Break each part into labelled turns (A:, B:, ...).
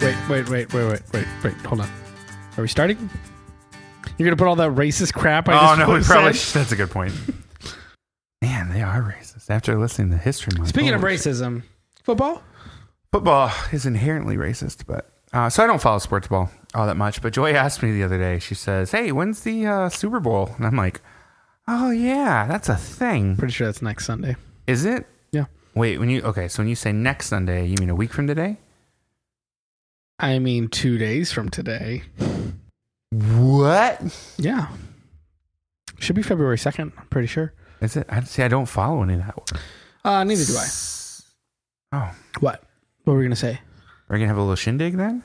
A: wait, wait, wait, wait, wait, wait. Hold on. Are we starting? You're gonna put all that racist crap? I
B: Oh
A: just
B: no, we
A: said?
B: probably sh that's a good point. Man, they are racist. After listening to history, Month,
A: Speaking of
B: holy shit.
A: racism, football.
B: football is inherently racist. But uh, so I don't follow sports ball all that much. But Joy asked me the other day. She says, "Hey, when's the uh, Super Bowl?" And I'm like, "Oh yeah, that's a thing,
A: Pretty sure that's next Sunday.
B: is it?"
A: Yeah.
B: Wait, when you okay? So when you say next Sunday, you mean a week from today?
A: I mean, two days from today.
B: What
A: Yeah. Should be February 2nd, I'm pretty sure.
B: is it? I see. I don't follow any of that.
A: Uh, neither do I.
B: Oh,
A: What? What were we going to say?
B: we're gonna have a little shindig then.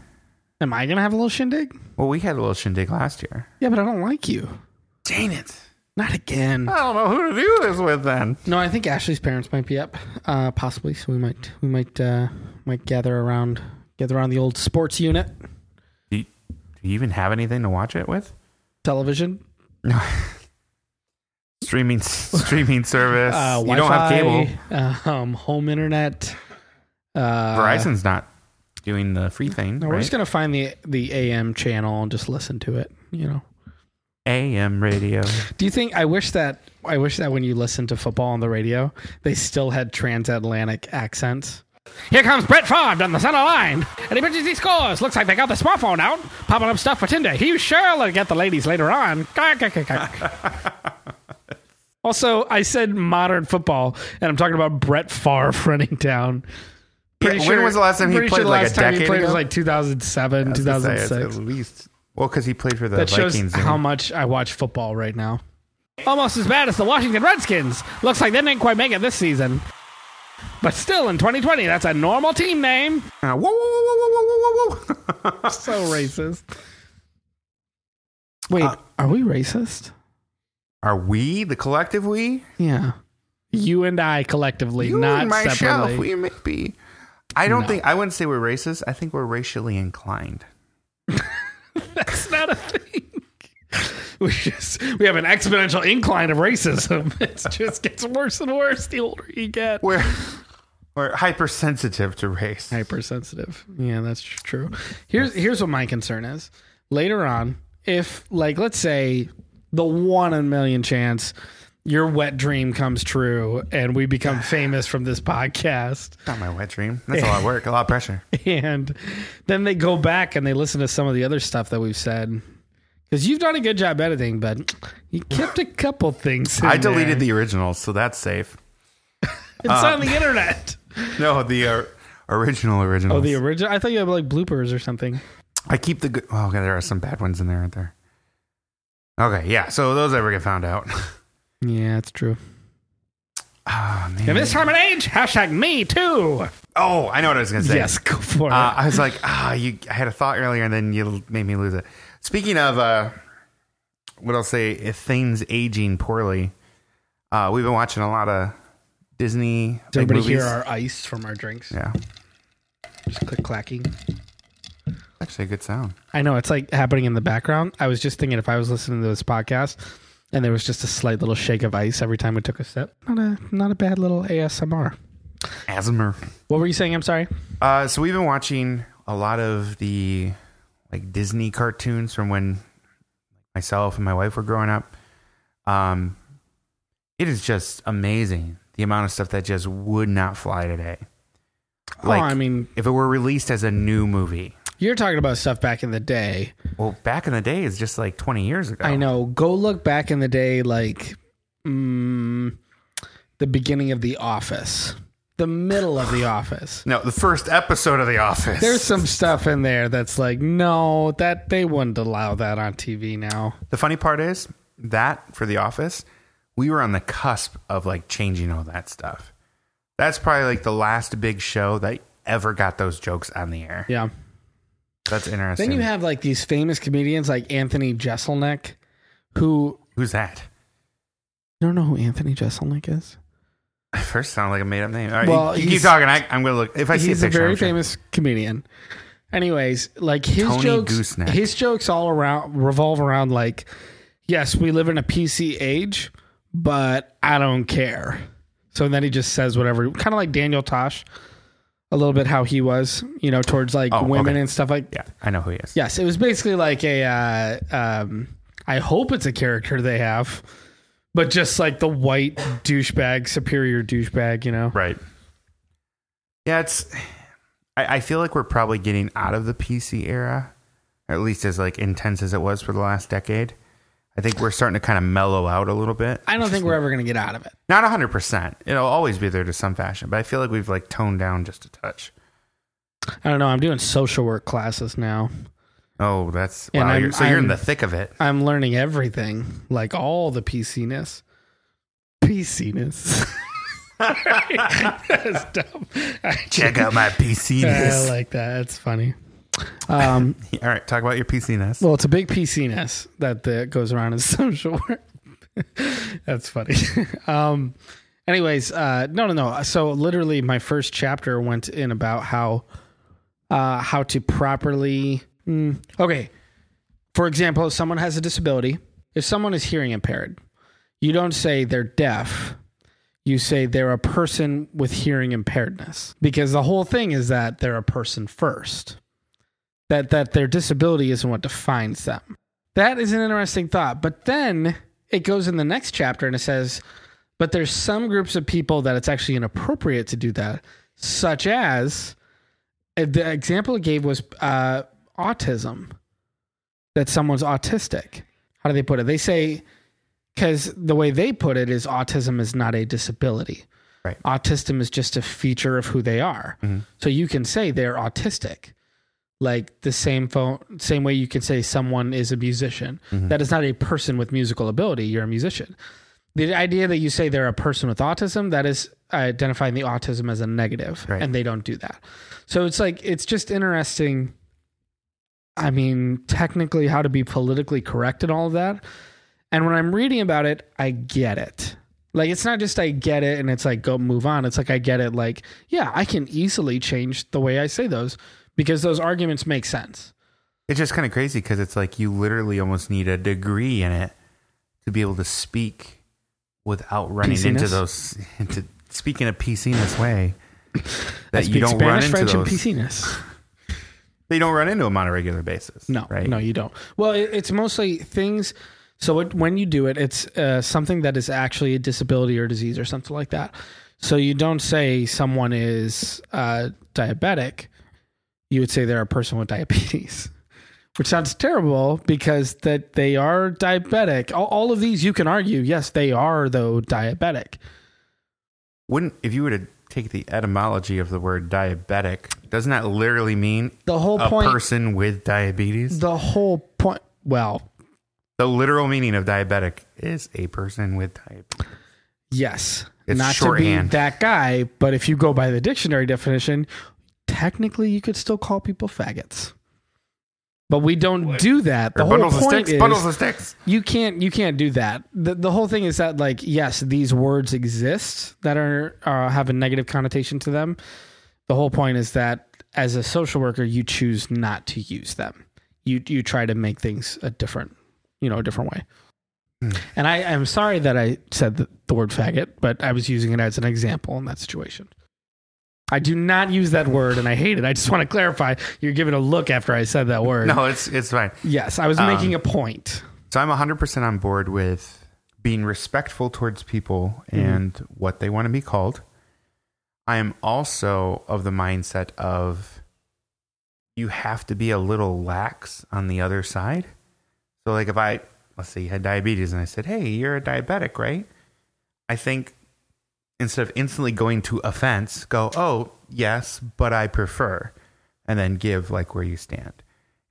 A: Am I going to have a little shindig?
B: Well, we had a little shindig last year.
A: Yeah, but I don't like you.
B: Dang it!
A: Not again.
B: I don't know who to do this with then.
A: Uh, No, I think Ashley's parents might be up, uh, possibly. So we might we might uh, might gather around gather around the old sports unit
B: Do you, do you even have anything to watch it with?
A: television.
B: No. streaming streaming service.
A: Uh,
B: you don't have cable.
A: Wi-Fi, um, home internet. Uh,
B: Verizon's not doing the free thing.
A: No, we're
B: right?
A: just gonna find the the AM channel and just listen to it. You know.
B: AM radio.
A: Do you think I wish that I wish that when you listen to football on the radio, they still had transatlantic accents? Here comes Brett Favre down the center line, and he pitches, he scores. Looks like they got the smartphone out, popping up stuff for Tinder. He sure will get the ladies later on. Gawk, gawk, gawk, gawk. also, I said modern football, and I'm talking about Brett Favre running down. Pretty
B: Yeah, when was the last time he
A: pretty
B: played,
A: the
B: like, a
A: last time he
B: decade
A: played
B: ago?
A: was like 2007,
B: I was gonna say, it's
A: 2006
B: At least. Well, because he played for the
A: that shows
B: Vikings.
A: how
B: and-
A: much I watch football right now. Almost as bad as the Washington Redskins. Looks like they didn't quite make it this season. But still, in 2020, that's a normal team name.
B: Uh, whoa, whoa, whoa, whoa, whoa, whoa, whoa.
A: So racist. Wait,
B: Uh,
A: are we racist?
B: Are we the collective? We
A: Yeah. You and I collectively,
B: you
A: not
B: and myself.
A: separately.
B: We may be. I don't
A: No.
B: think I wouldn't say we're racist. I think we're racially inclined.
A: That's not a thing. We just we have an exponential incline of racism. It just gets worse and worse the older you get.
B: We're we're hypersensitive to race.
A: hypersensitive. Yeah, that's tr- true. Here's here's what my concern is. Later on, if like let's say the one in a million chance your wet dream comes true and we become famous from this podcast
B: Not my wet dream. That's a lot of work, a lot of pressure.
A: and then they go back and they listen to some of the other stuff that we've said because you've done a good job editing but you kept a couple things in
B: I deleted
A: there.
B: the originals, so that's safe.
A: it's on the uh, internet
B: No, the uh, original originals.
A: oh the original i thought you had like bloopers or something
B: I keep the good. Oh, okay, there are some bad ones in there, aren't there? Okay, yeah. So those ever get found out?
A: yeah that's true
B: Oh man.
A: in this time and age hashtag me too
B: oh, I know what I was gonna say.
A: Yes, go for
B: Uh,
A: it.
B: I was like, ah, you. I had a thought earlier, and then you made me lose it. Speaking of uh, what I'll say, if things aging poorly, uh, we've been watching a lot of Disney.
A: Does
B: big
A: everybody
B: movies.
A: hear our ice from our drinks?
B: yeah,
A: Just click clacking.
B: actually, a good sound.
A: I know it's like happening in the background. I was just thinking if I was listening to this podcast and there was just a slight little shake of ice every time we took a sip. Not a not a bad little ASMR.
B: Asthma.
A: What were you saying? I'm sorry.
B: Uh, so we've been watching a lot of the like Disney cartoons from when myself and my wife were growing up. Um, it is just amazing the amount of stuff that just would not fly today. Like
A: oh, I mean,
B: if it were released as a new movie.
A: you're talking about stuff back in the day.
B: Well, back in the day, it's just like twenty years ago.
A: I know. Go look back in the day, like mm, the beginning of The Office, the middle of The Office.
B: No, the first episode of The Office.
A: There's some stuff in there that's like, no, that they wouldn't allow that on TV now.
B: the funny part is that for The Office, we were on the cusp of like changing all that stuff. That's probably like the last big show that ever got those jokes on the air.
A: Yeah.
B: That's interesting.
A: Then you have like these famous comedians like Anthony Jeselnik, who
B: Who's that?
A: I don't know who Anthony Jeselnik is.
B: First sound like a made up name. All right,
A: Well,
B: you, you keep
A: he's-
B: talking. I, I'm gonna look if I see a
A: He's a,
B: picture.
A: very
B: I'm sure.
A: famous comedian. Anyways, like his
B: Tony
A: jokes,
B: Gooseneck.
A: his jokes all around revolve around like, yes, we live in a PC age, but I don't care. So then he just says whatever, kind of like Daniel Tosh. a little bit how he was, you know, towards like
B: Oh,
A: women
B: okay.
A: and stuff like
B: Yeah, I know who he is.
A: Yes, it was basically like a. Uh, um, I hope it's a character they have, but just like the white douchebag, superior douchebag, you know.
B: Right. Yeah, it's. I, I feel like we're probably getting out of the PC era, or at least as like intense as it was for the last decade. I think we're starting to kind of mellow out a little bit.
A: I don't think we're ever gonna get out of it.
B: Not hundred percent. It'll always be there to some fashion, but I feel like we've like toned down just a touch.
A: I don't know. I'm doing social work classes now.
B: Oh, that's
A: And
B: wow.
A: I'm-
B: You're, so you're in
A: I'm-
B: the thick of it.
A: I'm learning everything, like all the PC-ness. PC-ness. That's dumb. I,
B: Check out my PC
A: I
B: ness.
A: like that. That's funny. Um,
B: All right, talk about your PC ness.
A: Well, it's a big PC-ness that, that goes around in social work. That's funny. um, anyways, uh, no, no, no. So literally, my first chapter went in about how uh, how to properly. Mm, okay, for example, if someone has a disability. If someone is hearing impaired, you don't say they're deaf. You say they're a person with hearing impairedness because the whole thing is that they're a person first that that their disability isn't what defines them. That is an interesting thought. But then it goes in the next chapter and it says, but there's some groups of people that it's actually inappropriate to do that, such as uh, the example it gave was uh, autism, that someone's autistic. How do they put it? They say, because the way they put it is autism is not a disability.
B: Right.
A: Autism is just a feature of who they are. So you can say they're autistic like the same phone same way you can say someone is a musician That is not a person with musical ability you're a musician the idea that you say they're a person with autism that is identifying the autism as a negative
B: Right.
A: and they don't do that so it's like it's just interesting i mean technically how to be politically correct and all of that and when i'm reading about it i get it like it's not just i get it and it's like go move on it's like i get it like yeah i can easily change the way i say those because those arguments make sense
B: It's just kind of crazy because it's like you literally almost need a degree in it to be able to speak without running into
A: PC-ness?
B: those into speak in a PC ness way
A: I
B: that you
A: speak
B: don't run
A: spanish
B: into
A: french
B: those.
A: and pc-ness
B: But you don't run into them on a regular basis.
A: No,
B: right?
A: no, you don't. Well, it, it's mostly things. So it, when you do it, it's uh, something that is actually a disability or disease or something like that. So you don't say someone is uh, diabetic. You would say they're a person with diabetes, which sounds terrible because that they are diabetic. All, all of these you can argue. Yes, they are though diabetic.
B: Wouldn't if you were to take the etymology of the word diabetic, doesn't that literally mean
A: The whole
B: a
A: point.
B: person with diabetes?
A: the whole point. Well,
B: The literal meaning of diabetic is a person with diabetes.
A: Yes.
B: It's
A: Not to
B: shorthand.
A: be that guy, but if you go by the dictionary definition, technically you could still call people faggots. But we don't do that. The
B: Or
A: whole
B: bundles of
A: point
B: sticks.
A: is
B: Bundles of sticks.
A: you can't you can't do that. The, the whole thing is that like yes, these words exist that are uh, have a negative connotation to them. The whole point is that as a social worker, you choose not to use them. You you try to make things a different, you know, a different way. And I am sorry that I said the, the word faggot, but I was using it as an example in that situation. I do not use that word, and I hate it. I just want to clarify. You're giving a look after I said that word.
B: No, it's it's fine.
A: Yes, I was making a point.
B: So I'm 100% on board with being respectful towards people
A: Mm-hmm.
B: and what they want to be called. I am also of the mindset of you have to be a little lax on the other side. So, like, if I, let's say you had diabetes and I said, hey, you're a diabetic, right? I think instead of instantly going to offense, go, oh, yes, but I prefer, and then give like where you stand.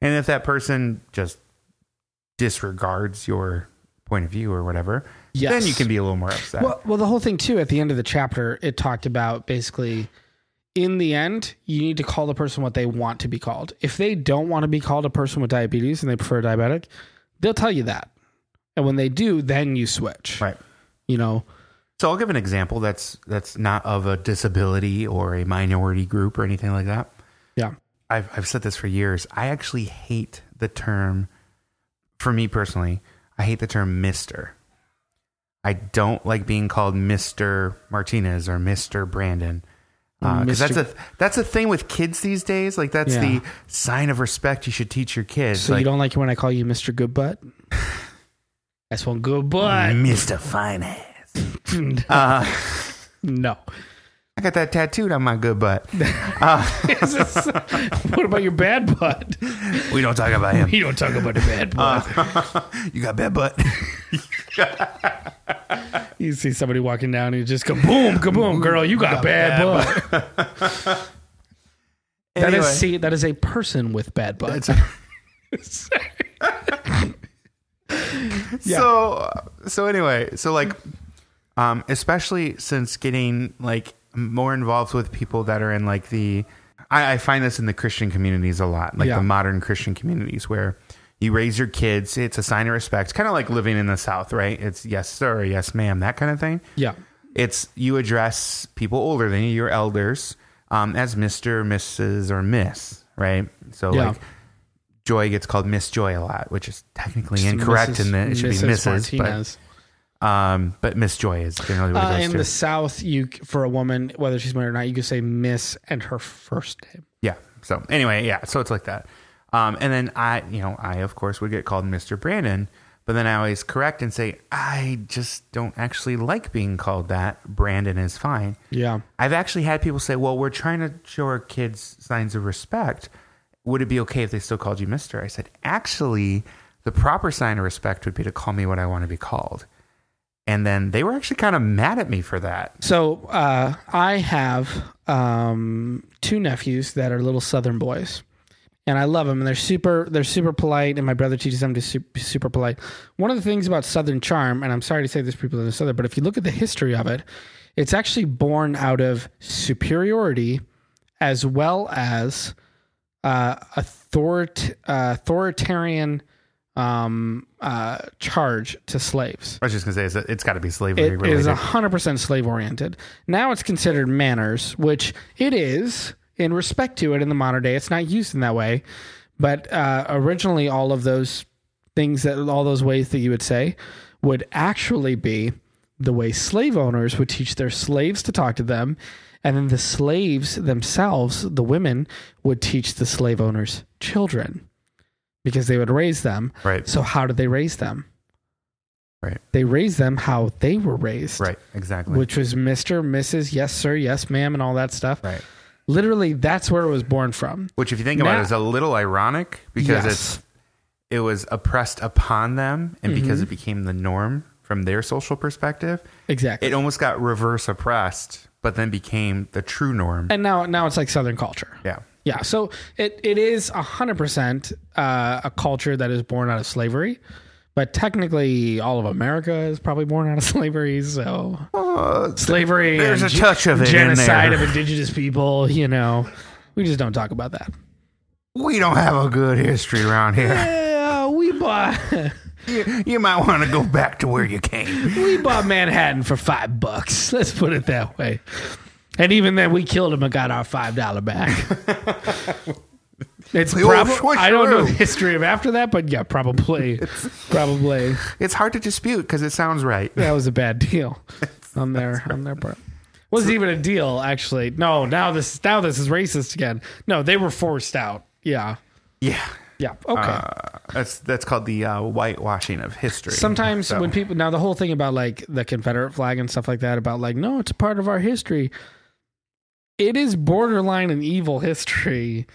B: And if that person just disregards your point of view or whatever,
A: Yes.
B: then you can be a little more upset.
A: Well, well, the whole thing too. At the end of the chapter, it talked about basically, in the end, you need to call the person what they want to be called. If they don't want to be called a person with diabetes and they prefer diabetic, they'll tell you that. And when they do, then you switch.
B: right.
A: You know,
B: So I'll give an example that's that's not of a disability or a minority group or anything like that.
A: yeah,
B: I've I've said this for years. I actually hate the term for me personally, I hate the term Mr. I don't like being called Mr. Martinez or Mr. Brandon. because
A: Mr.
B: that's a that's a thing with kids these days. Like that's
A: Yeah.
B: the sign of respect you should teach your kids.
A: So
B: like,
A: you don't like it when I call you Mr. Good Butt? That's one good butt.
B: Mr. Finance.
A: no.
B: I got that tattooed on my good butt.
A: what about your bad butt?
B: We don't talk about him.
A: You don't talk about the bad butt.
B: You got bad butt.
A: you see somebody walking down and you just go boom, kaboom, girl, you got, bad, butt. That is
B: Anyway.
A: see, that is a person with bad butt.
B: So so anyway, so like um especially since getting like more involved with people that are in like the I, I find this in the Christian communities a lot, like
A: Yeah.
B: the modern Christian communities where you raise your kids, it's a sign of respect. It's kinda like living in the South, right? It's yes sir, yes ma'am, that kind of thing.
A: yeah.
B: It's you address people older than you, your elders, um, as Mr., Mrs., or Miss, right? So
A: Yeah.
B: like Joy gets called Miss Joy a lot, which is technically
A: Just
B: incorrect
A: Mrs.
B: in the it should be Mrs.
A: Martinez.
B: But um but Miss Joy is generally what it
A: Uh,
B: goes
A: in
B: to.
A: the South, you c- for a woman, whether she's married or not, you can say Miss and her first name.
B: yeah. So anyway, yeah, so it's like that. Um and then I you know, I of course would get called Mr. Brandon, but then I always correct and say, I just don't actually like being called that. Brandon is fine.
A: Yeah.
B: I've actually had people say, "Well, we're trying to show our kids signs of respect. Would it be okay if they still called you Mister?" I said, "Actually, the proper sign of respect would be to call me what I want to be called." And then they were actually kind of mad at me for that.
A: So uh, I have um, two nephews that are little Southern boys, and I love them. And they're super. They're super polite. And my brother teaches them to su- be super polite. One of the things about Southern charm, and I'm sorry to say this, people in the Southern, but if you look at the history of it, it's actually born out of superiority, as well as uh, authorit- uh, authoritarian um, uh, charge to slaves.
B: I was just gonna say it's, it's got to be slavery
A: It
B: related.
A: is a hundred percent slave oriented. Now it's considered manners, which it is in respect to it in the modern day. It's not used in that way, but uh, originally all of those things that all those ways that you would say would actually be the way slave owners would teach their slaves to talk to them, and then the slaves themselves, the women, would teach the slave owners children because they would raise them.
B: Right.
A: So how did they raise them?
B: Right.
A: They raised them how they were raised
B: right? Exactly.
A: which was Mr., Mrs., yes, sir, yes, ma'am, and all that stuff.
B: right.
A: Literally, that's where it was born from.
B: Which, if you think about
A: Now-
B: it, is a little ironic because it's it was oppressed upon them, and
A: Mm-hmm.
B: because it became the norm from their social perspective,
A: exactly.
B: it almost got reverse oppressed, but then became the true norm.
A: and now, now it's like Southern culture.
B: Yeah.
A: Yeah. So it, it is 100% uh, a culture that is born out of slavery, but technically, all of America is probably born out of slavery. So slavery.
B: there's
A: and
B: a touch of it in
A: Genocide
B: there.
A: of indigenous people, you know. We just don't talk about that.
B: We don't have a good history around here.
A: Yeah, we bought
B: You might want to go back to where you came.
A: we bought Manhattan for five bucks. Let's put it that way. And even then, we killed him and got our five dollar back. It's
B: old
A: probably I don't know the
B: switcheroo.
A: history of after that, but yeah, probably, probably
B: It's hard to dispute because it sounds right.
A: that was a bad deal on their on their part. Wasn't even a deal, actually. No, now this now this is racist again. No, they were forced out. Yeah,
B: Yeah.
A: yeah, okay.
B: Uh, That's that's called the uh, whitewashing of history.
A: Sometimes
B: So-
A: when people now the whole thing about like the Confederate flag and stuff like that about like no, it's a part of our history. It is borderline an evil history.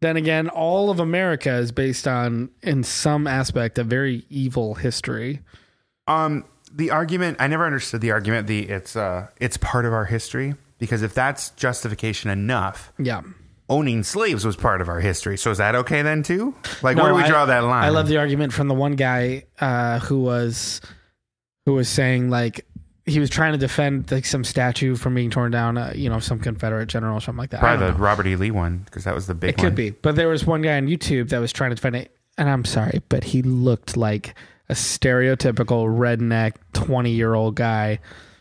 A: Then again, all of America is based on in some aspect a very evil history.
B: um the argument I never understood the argument the it's uh it's part of our history because if that's justification enough,
A: Yeah.
B: owning slaves was part of our history. So is that okay then too? Like where do we
A: I-
B: draw that line?
A: I love the argument from the one guy uh, who was who was saying like he was trying to defend like some statue from being torn down, uh, you know, some Confederate general or something like that. I don't
B: Probably
A: know.
B: the Robert E. Lee one because that was the big
A: It
B: one.
A: could be. But there was one guy on YouTube that was trying to find it, and I'm sorry, but he looked like a stereotypical redneck 20 year old guy.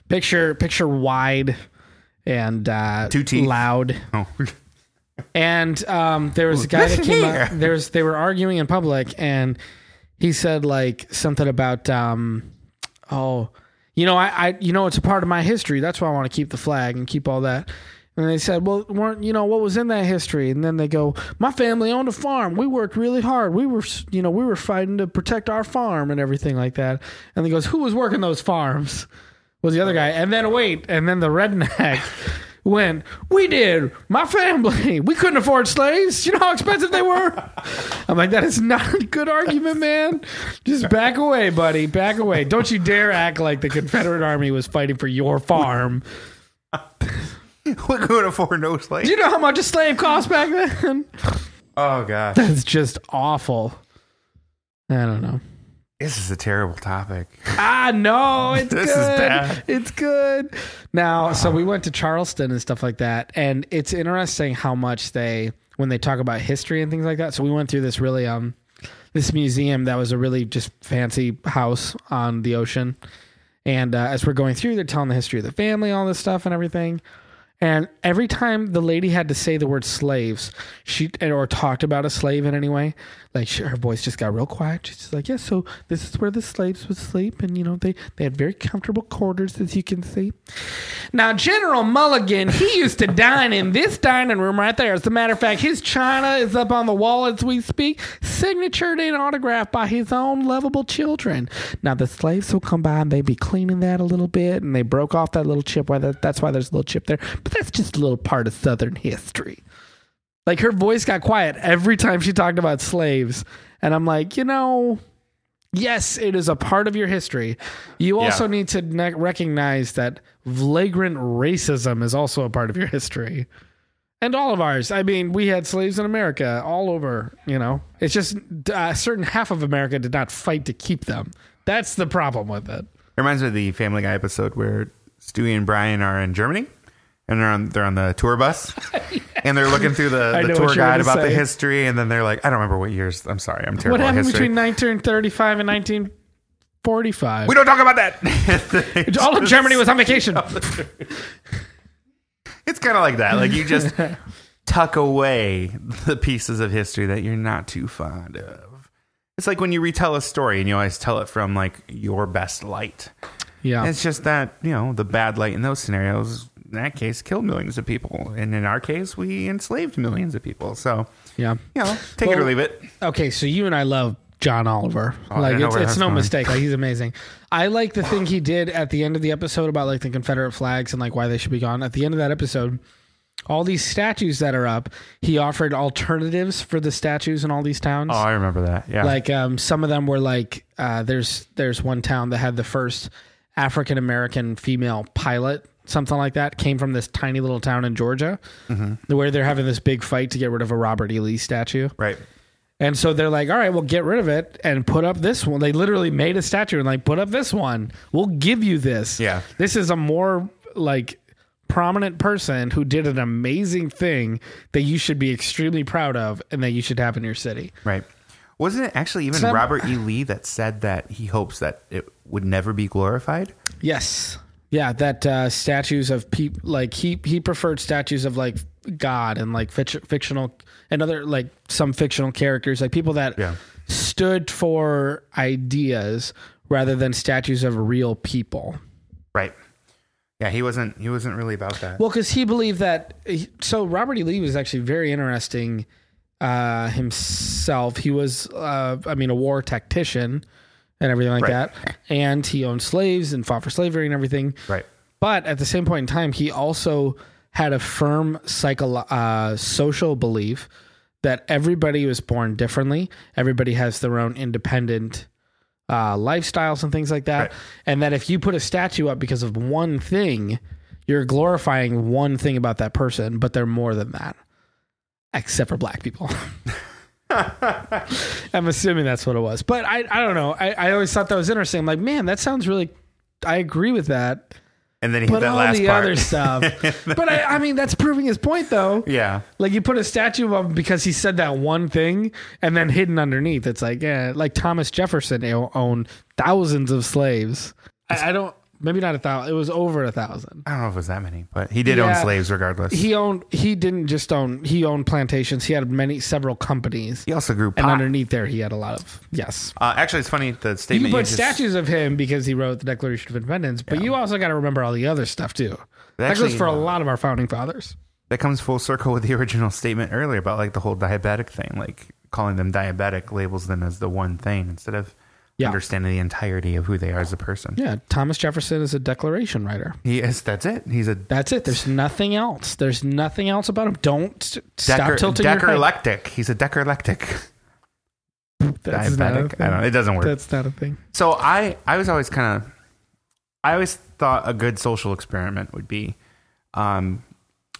A: Picture picture wide and uh,
B: Two teeth.
A: loud. And um, there was a guy that
B: listen
A: came
B: here.
A: up. There was they were arguing in public, and he said like something about um, oh, you know, I, I you know, it's a part of my history. That's why I want to keep the flag and keep all that. And they said, "Well, weren't you know what was in that history?" And then they go, "My family owned a farm. We worked really hard. We were, s- you know, we were fighting to protect our farm and everything like that." And he goes, "Who was working those farms?" Was the other guy. And then wait, and then the redneck went, "We did. My family. We couldn't afford slaves. You know how expensive they were." I'm like, "That is not a good argument, man. Just back away, buddy. Back away. Don't you dare act like the Confederate Army was fighting for your farm."
B: we could afford no slaves.
A: Do you know how much a slave cost back then?
B: Oh gosh,
A: That's just awful. I don't know.
B: this is a terrible topic.
A: Ah, no, it's
B: This
A: good.
B: is bad.
A: It's good. Now, so we went to Charleston and stuff like that, and it's interesting how much they when they talk about history and things like that. So we went through this really um this museum that was a really just fancy house on the ocean. And uh, as we're going through, they're telling the history of the family, all this stuff and everything. And every time the lady had to say the word slaves, she or talked about a slave in any way, like she, her voice just got real quiet. She's just like, "Yes, so this is where the slaves would sleep, and you know they they had very comfortable quarters, as you can see." Now General Mulligan, he used to dine in this dining room right there. As a matter of fact, his china is up on the wall as we speak, signatured and autographed by his own lovable children. Now the slaves will come by and they'd be cleaning that a little bit, and they broke off that little chip. Why that, that's why there's a little chip there, but that's just a little part of Southern history. Like her voice got quiet every time she talked about slaves, and I'm like, you know. Yes, it is a part of your history. You also need to ne- recognize that flagrant racism is also a part of your history. And all of ours. I mean, we had slaves in America all over, you know. It's just uh, a certain half of America did not fight to keep them. That's the problem with it.
B: It reminds me of the Family Guy episode where Stewie and Brian are in Germany and they're on they're on the tour bus and they're looking through
A: I
B: the,
A: know
B: the
A: what
B: tour
A: you're
B: guide
A: gonna
B: about the
A: say.
B: history and then they're like, I don't remember what years. I'm sorry, I'm terrible
A: What
B: at
A: happened
B: history.
A: between 1935 and 1945?
B: we don't talk about that.
A: all of Germany was on vacation.
B: It's kind of like that. Like you just tuck away the pieces of history that you're not too fond of. It's like when you retell a story and you always tell it from like your best light.
A: Yeah.
B: It's just that, you know, the bad light in those scenarios, in that case, killed millions of people. And in our case, we enslaved millions of people. So,
A: Yeah.
B: you know, take it or
A: Well-
B: leave it.
A: okay, so you and I love John Oliver.
B: Oh, I
A: like
B: don't know
A: it's,
B: where
A: it's
B: that's
A: no
B: going.
A: mistake. Like he's amazing. I like the thing he did at the end of the episode about like the Confederate flags and like why they should be gone. At the end of that episode, all these statues that are up, he offered alternatives for the statues in all these towns
B: Oh, I remember that. Yeah.
A: like um, some of them were like uh, there's there's one town that had the first African American female pilot something like that came from this tiny little town in Georgia
B: Mm-hmm.
A: where they're having this big fight to get rid of a Robert E Lee statue
B: right.
A: and so they're like all right we'll get rid of it and put up this one they literally made a statue and like put up this one we'll give you this
B: Yeah.
A: this is a more like prominent person who did an amazing thing that you should be extremely proud of and that you should have in your city
B: Right. Wasn't it actually even
A: Some-
B: Robert E. Lee that said that he hopes that it would never be glorified?
A: Yes. Yeah, that uh, statues of people like he he preferred statues of like God and like fic- fictional and other like some fictional characters like people that
B: Yeah.
A: stood for ideas rather than statues of real people.
B: Right. Yeah, he wasn't he wasn't really about that.
A: Well, because he believed that. So Robert E. Lee was actually very interesting uh, himself. He was, uh, I mean, a war tactician and everything like
B: Right.
A: that, and he owned slaves and fought for slavery and everything.
B: Right.
A: But at the same point in time, he also had a firm psycho- uh, social belief that everybody was born differently. Everybody has their own independent uh, lifestyles and things like that.
B: Right.
A: And that if you put a statue up because of one thing, you're glorifying one thing about that person, but they're more than that, except for black people. I'm assuming that's what it was. But I, I don't know. I, I always thought that was interesting. I'm like, man, that sounds really, I agree with that.
B: and then he hit
A: But
B: that
A: all
B: last
A: the
B: part.
A: other stuff. but I, I mean, that's proving his point, though.
B: yeah.
A: Like you put a statue of him because he said that one thing, and then hidden underneath, it's like yeah, like Thomas Jefferson o- owned thousands of slaves. I, I don't, maybe not a thousand. It was over a thousand.
B: I don't know if it was that many, but he did own
A: Yeah.
B: slaves regardless. He,
A: He owned. He didn't just own. He owned plantations. He had many, several companies,
B: also grew
A: and
B: pot.
A: underneath there, he had a lot of yes.
B: uh, actually, it's funny the
A: You
B: statement
A: put
B: just-
A: statues of him because he wrote the Declaration of Independence, but you also got to remember all the other stuff too. That goes
B: Actually,
A: for a
B: uh,
A: lot of our founding fathers.
B: that comes full circle with the original statement earlier about like the whole diabetic thing, like calling them diabetic labels them as the one thing instead of
A: Yeah.
B: understanding the entirety of who they are as a person.
A: Yeah, Thomas Jefferson is a declaration writer.
B: He is. That's it. He's a
A: That's it. There's nothing else. There's nothing else about him. Don't s- stop tilting your head.
B: decalectic. He's a decalectic.
A: That's not a
B: diabetic. I
A: thing.
B: don't. know. It doesn't work.
A: That's not a thing.
B: So I, I was always kind of, I always thought a good social experiment would be, um,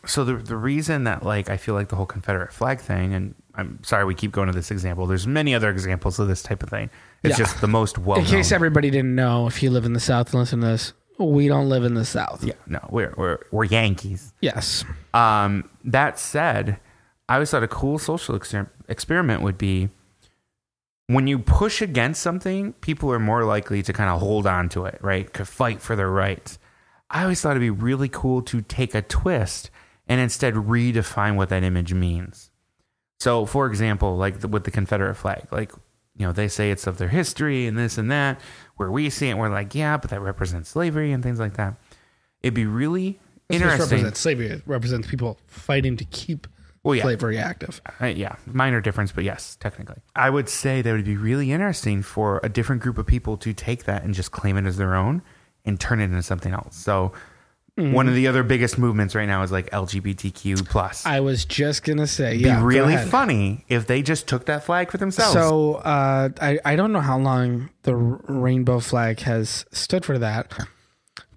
B: so the the reason that like I feel like the whole Confederate flag thing, and I'm sorry we keep going to this example. There's many other examples of this type of thing. It's
A: Yeah.
B: just the most well.
A: In case everybody didn't know, if you live in the South and listen to this, we don't live in the South.
B: yeah, no, we're we're we're Yankees.
A: Yes.
B: Um, that said, I always thought a cool social exer- experiment would be when you push against something, people are more likely to kind of hold on to it, right? Could fight for their rights. I always thought it'd be really cool to take a twist and instead redefine what that image means. So, for example, like the, with the Confederate flag, like, you know, they say it's of their history and this and that, where we see it, we're like, yeah, but that represents slavery and things like that. It'd be really interesting.
A: represents slavery. It represents people fighting to keep
B: Well, yeah.
A: slavery active.
B: Uh, yeah, minor difference, but yes, technically. I would say that would be really interesting for a different group of people to take that and just claim it as their own and turn it into something else. So one of the other biggest movements right now is like LGBTQ plus.
A: I was just gonna say,
B: It'd
A: yeah,
B: be
A: go
B: really
A: ahead.
B: funny if they just took that flag for themselves.
A: So uh, I I don't know how long the r- rainbow flag has stood for that,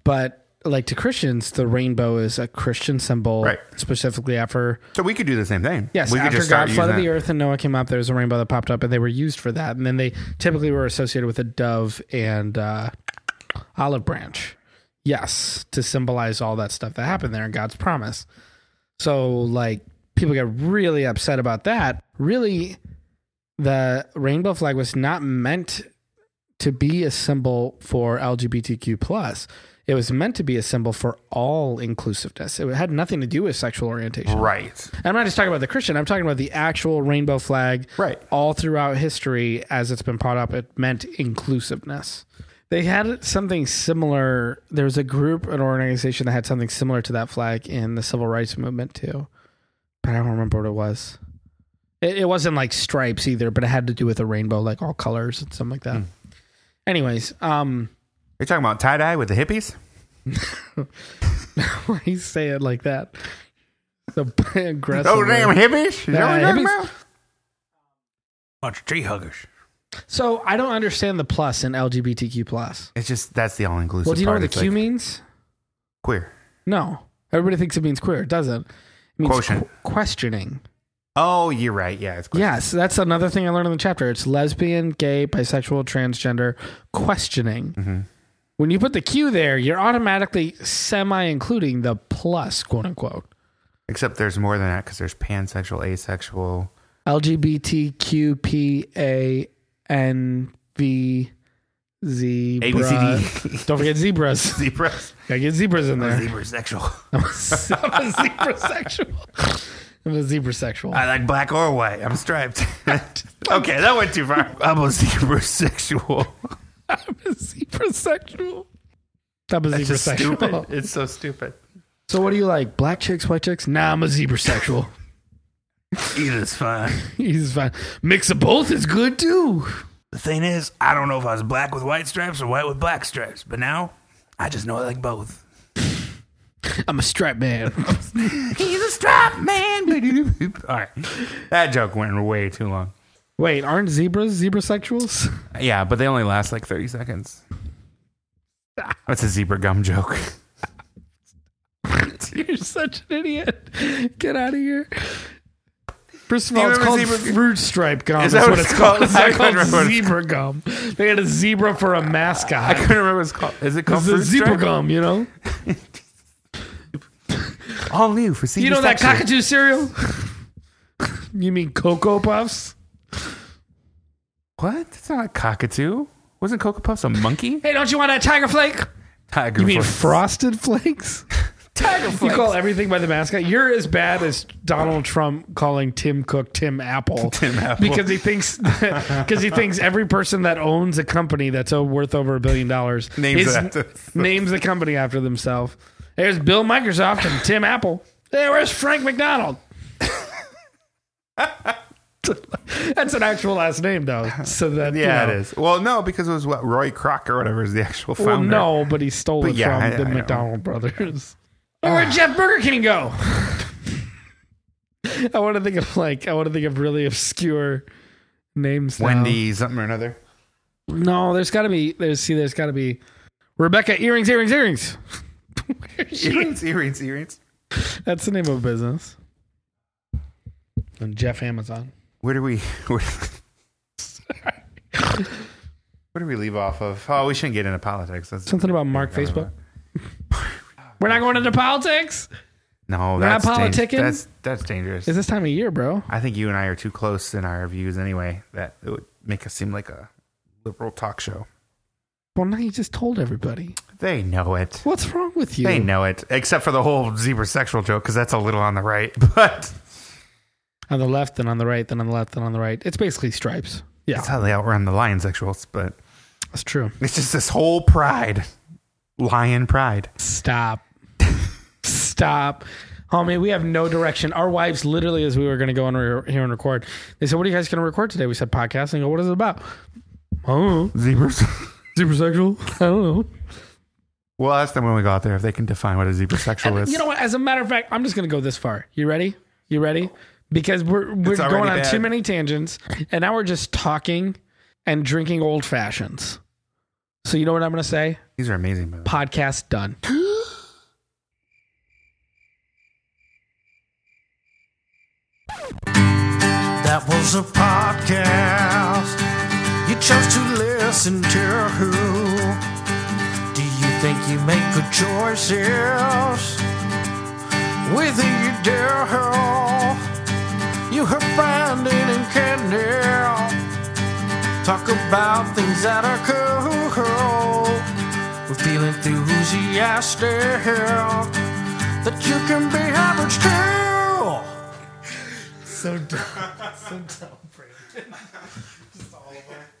A: but like to Christians, the rainbow is a Christian symbol,
B: Right.
A: specifically after
B: so we could do the same thing.
A: yes,
B: we could
A: after God
B: using
A: flooded
B: that.
A: the earth and Noah came up. There was a rainbow that popped up, and they were used for that. And then they typically were associated with a dove and uh, olive branch. Yes, to symbolize all that stuff that happened there and God's promise. So like people got really upset about that. Really, the rainbow flag was not meant to be a symbol for LGBTQ plus. It was meant to be a symbol for all inclusiveness. It had nothing to do with sexual orientation.
B: Right.
A: I'm not just talking about the Christian. I'm talking about the actual rainbow flag.
B: Right.
A: All throughout history, as it's been brought up, it meant inclusiveness. They had something similar. There was a group, an organization that had something similar to that flag in the civil rights movement too, but I don't remember what it was. It, it wasn't like stripes either, but it had to do with a rainbow, like all colors and something like
B: Hmm.
A: that. Anyways, um,
B: You're talking about tie dye with the hippies?
A: why you say it like that? The aggressive.
B: Oh, damn hippies? Is that what
A: Uh,
B: you're talking
A: hippies-
B: about? Bunch of tree huggers.
A: So I don't understand the plus in LGBTQ plus.
B: It's just that's the all inclusive
A: Well, do you know
B: part.
A: what the
B: It's
A: Q
B: like
A: means?
B: queer.
A: No. Everybody thinks it means queer. It doesn't. It means
B: Quotient.
A: qu- questioning.
B: Oh, you're right. Yeah, it's queer.
A: Yes, that's another thing I learned in the chapter. It's lesbian, gay, bisexual, transgender questioning. When you put the Q there, you're automatically semi including the plus, quote unquote.
B: Except there's more than that because there's pansexual, asexual.
A: LGBTQPANV zebra.
B: ABCD.
A: Don't forget zebras.
B: Zebras.
A: Gotta get zebras in there.
B: Zebra sexual.
A: I'm a zebra sexual. I'm a zebra sexual.
B: I like black or white. I'm striped. okay, that went too far. I'm a zebra sexual.
A: I'm a zebra sexual. I'm a zebra
B: It's
A: sexual.
B: stupid. It's so stupid.
A: So what do you like? Black chicks, white chicks? Nah, I'm a zebra sexual.
B: Either's fine.
A: He's fine. Mix of both is good too.
B: The thing is, I don't know if I was black with white stripes or white with black stripes, but now I just know I like both.
A: I'm a strap man.
B: He's a strap man. All right. That joke went way too long.
A: Wait, aren't zebras zebra sexuals?
B: Yeah, but they only last like 30 seconds. That's a zebra gum joke.
A: You're such an idiot. Get out of here. First of
B: Do you
A: all, it's called
B: remember zebra-
A: fruit stripe gum. Is,
B: that
A: what,
B: what
A: it's
B: it's
A: called?
B: called?
A: It's
B: I
A: not
B: couldn't
A: called
B: remember what it's
A: zebra gum. They had a zebra for a mascot.
B: I couldn't remember what it's called. Is it called
A: It's a
B: fruit
A: zebra
B: stripe?
A: gum, you know.
B: All new Oh, for zebra
A: You know that
B: section.
A: cockatoo cereal? you mean Cocoa Puffs?
B: What? That's not a cockatoo. Wasn't Cocoa Puffs a monkey?
A: Hey, don't you want that Tiger Flake?
B: Tiger.
A: You mean
B: Flakes.
A: Frosted Flakes?
B: Tiger
A: You
B: Flakes.
A: call everything by the mascot. You're as bad as Donald Trump calling Tim Cook Tim Apple. Tim
B: Apple.
A: Because he thinks because he thinks every person that owns a company that's o- worth over a billion dollars
B: Names
A: is-
B: it after-
A: names the company after themselves. There's Bill Microsoft and Tim Apple. Hey, where's Frank McDonald? That's an actual last name, though. So that
B: Yeah,
A: you know,
B: it is. Well, no, because it was what Roy Kroc or whatever is the actual
A: Well,
B: founder.
A: no, but he stole
B: But
A: it
B: yeah,
A: from
B: I-
A: the
B: I know.
A: McDonald brothers. Oh, where'd Jeff Burger King go? I want to think of like I want to think of really obscure names. now.
B: Wendy something or another.
A: No, there's got to be. There's see. There's got to be Rebecca earrings, earrings, earrings.
B: Earrings, earrings, earrings.
A: That's the name of a business. And Jeff Amazon.
B: Where do we? Where, where do we leave off of? Oh, we shouldn't get into politics. That's,
A: Something about Mark Facebook. We're not going into politics.
B: no,
A: not
B: that's dang-
A: politicking?
B: That's that's dangerous.
A: It's this time of year, bro.
B: I think you and I are too close in our views anyway. That it would make us seem like a liberal talk show.
A: Well, now you just told everybody.
B: They know it.
A: What's wrong with you?
B: They know it. Except for the whole zebra sexual joke, because that's a little on the right. But
A: On the left, then on the right, then on the left, then on the right. It's basically stripes. Yeah,
B: that's how they outrun the lion sexuals. But
A: that's true.
B: it's just this whole pride, lion pride.
A: Stop. Stop. Homie, we have no direction. Our wives, literally, as we were going to go on re- here and record, they said, What are you guys going to record today? We said, Podcast. And they go, What is it about? I don't know.
B: Zebras.
A: Super sexual? I don't know.
B: We'll ask them when we go out there if they can define what a zebra sexual is.
A: You know what? As a matter of fact, I'm just going to go this far. You ready? You ready? Because we're we're
B: It's already
A: going on
B: bad.
A: too many tangents, and now we're just talking and drinking old fashions. So you know what I'm going to say?
B: These are amazing. By the way.
A: Podcast done.
C: That was a podcast you chose to listen to. Do you think you make good choices? Whether you do, you heard Brandon and Kendall talk about things that are cool. With feel enthusiastic that you can be average too.
A: So dumb. So dumb, Brandon.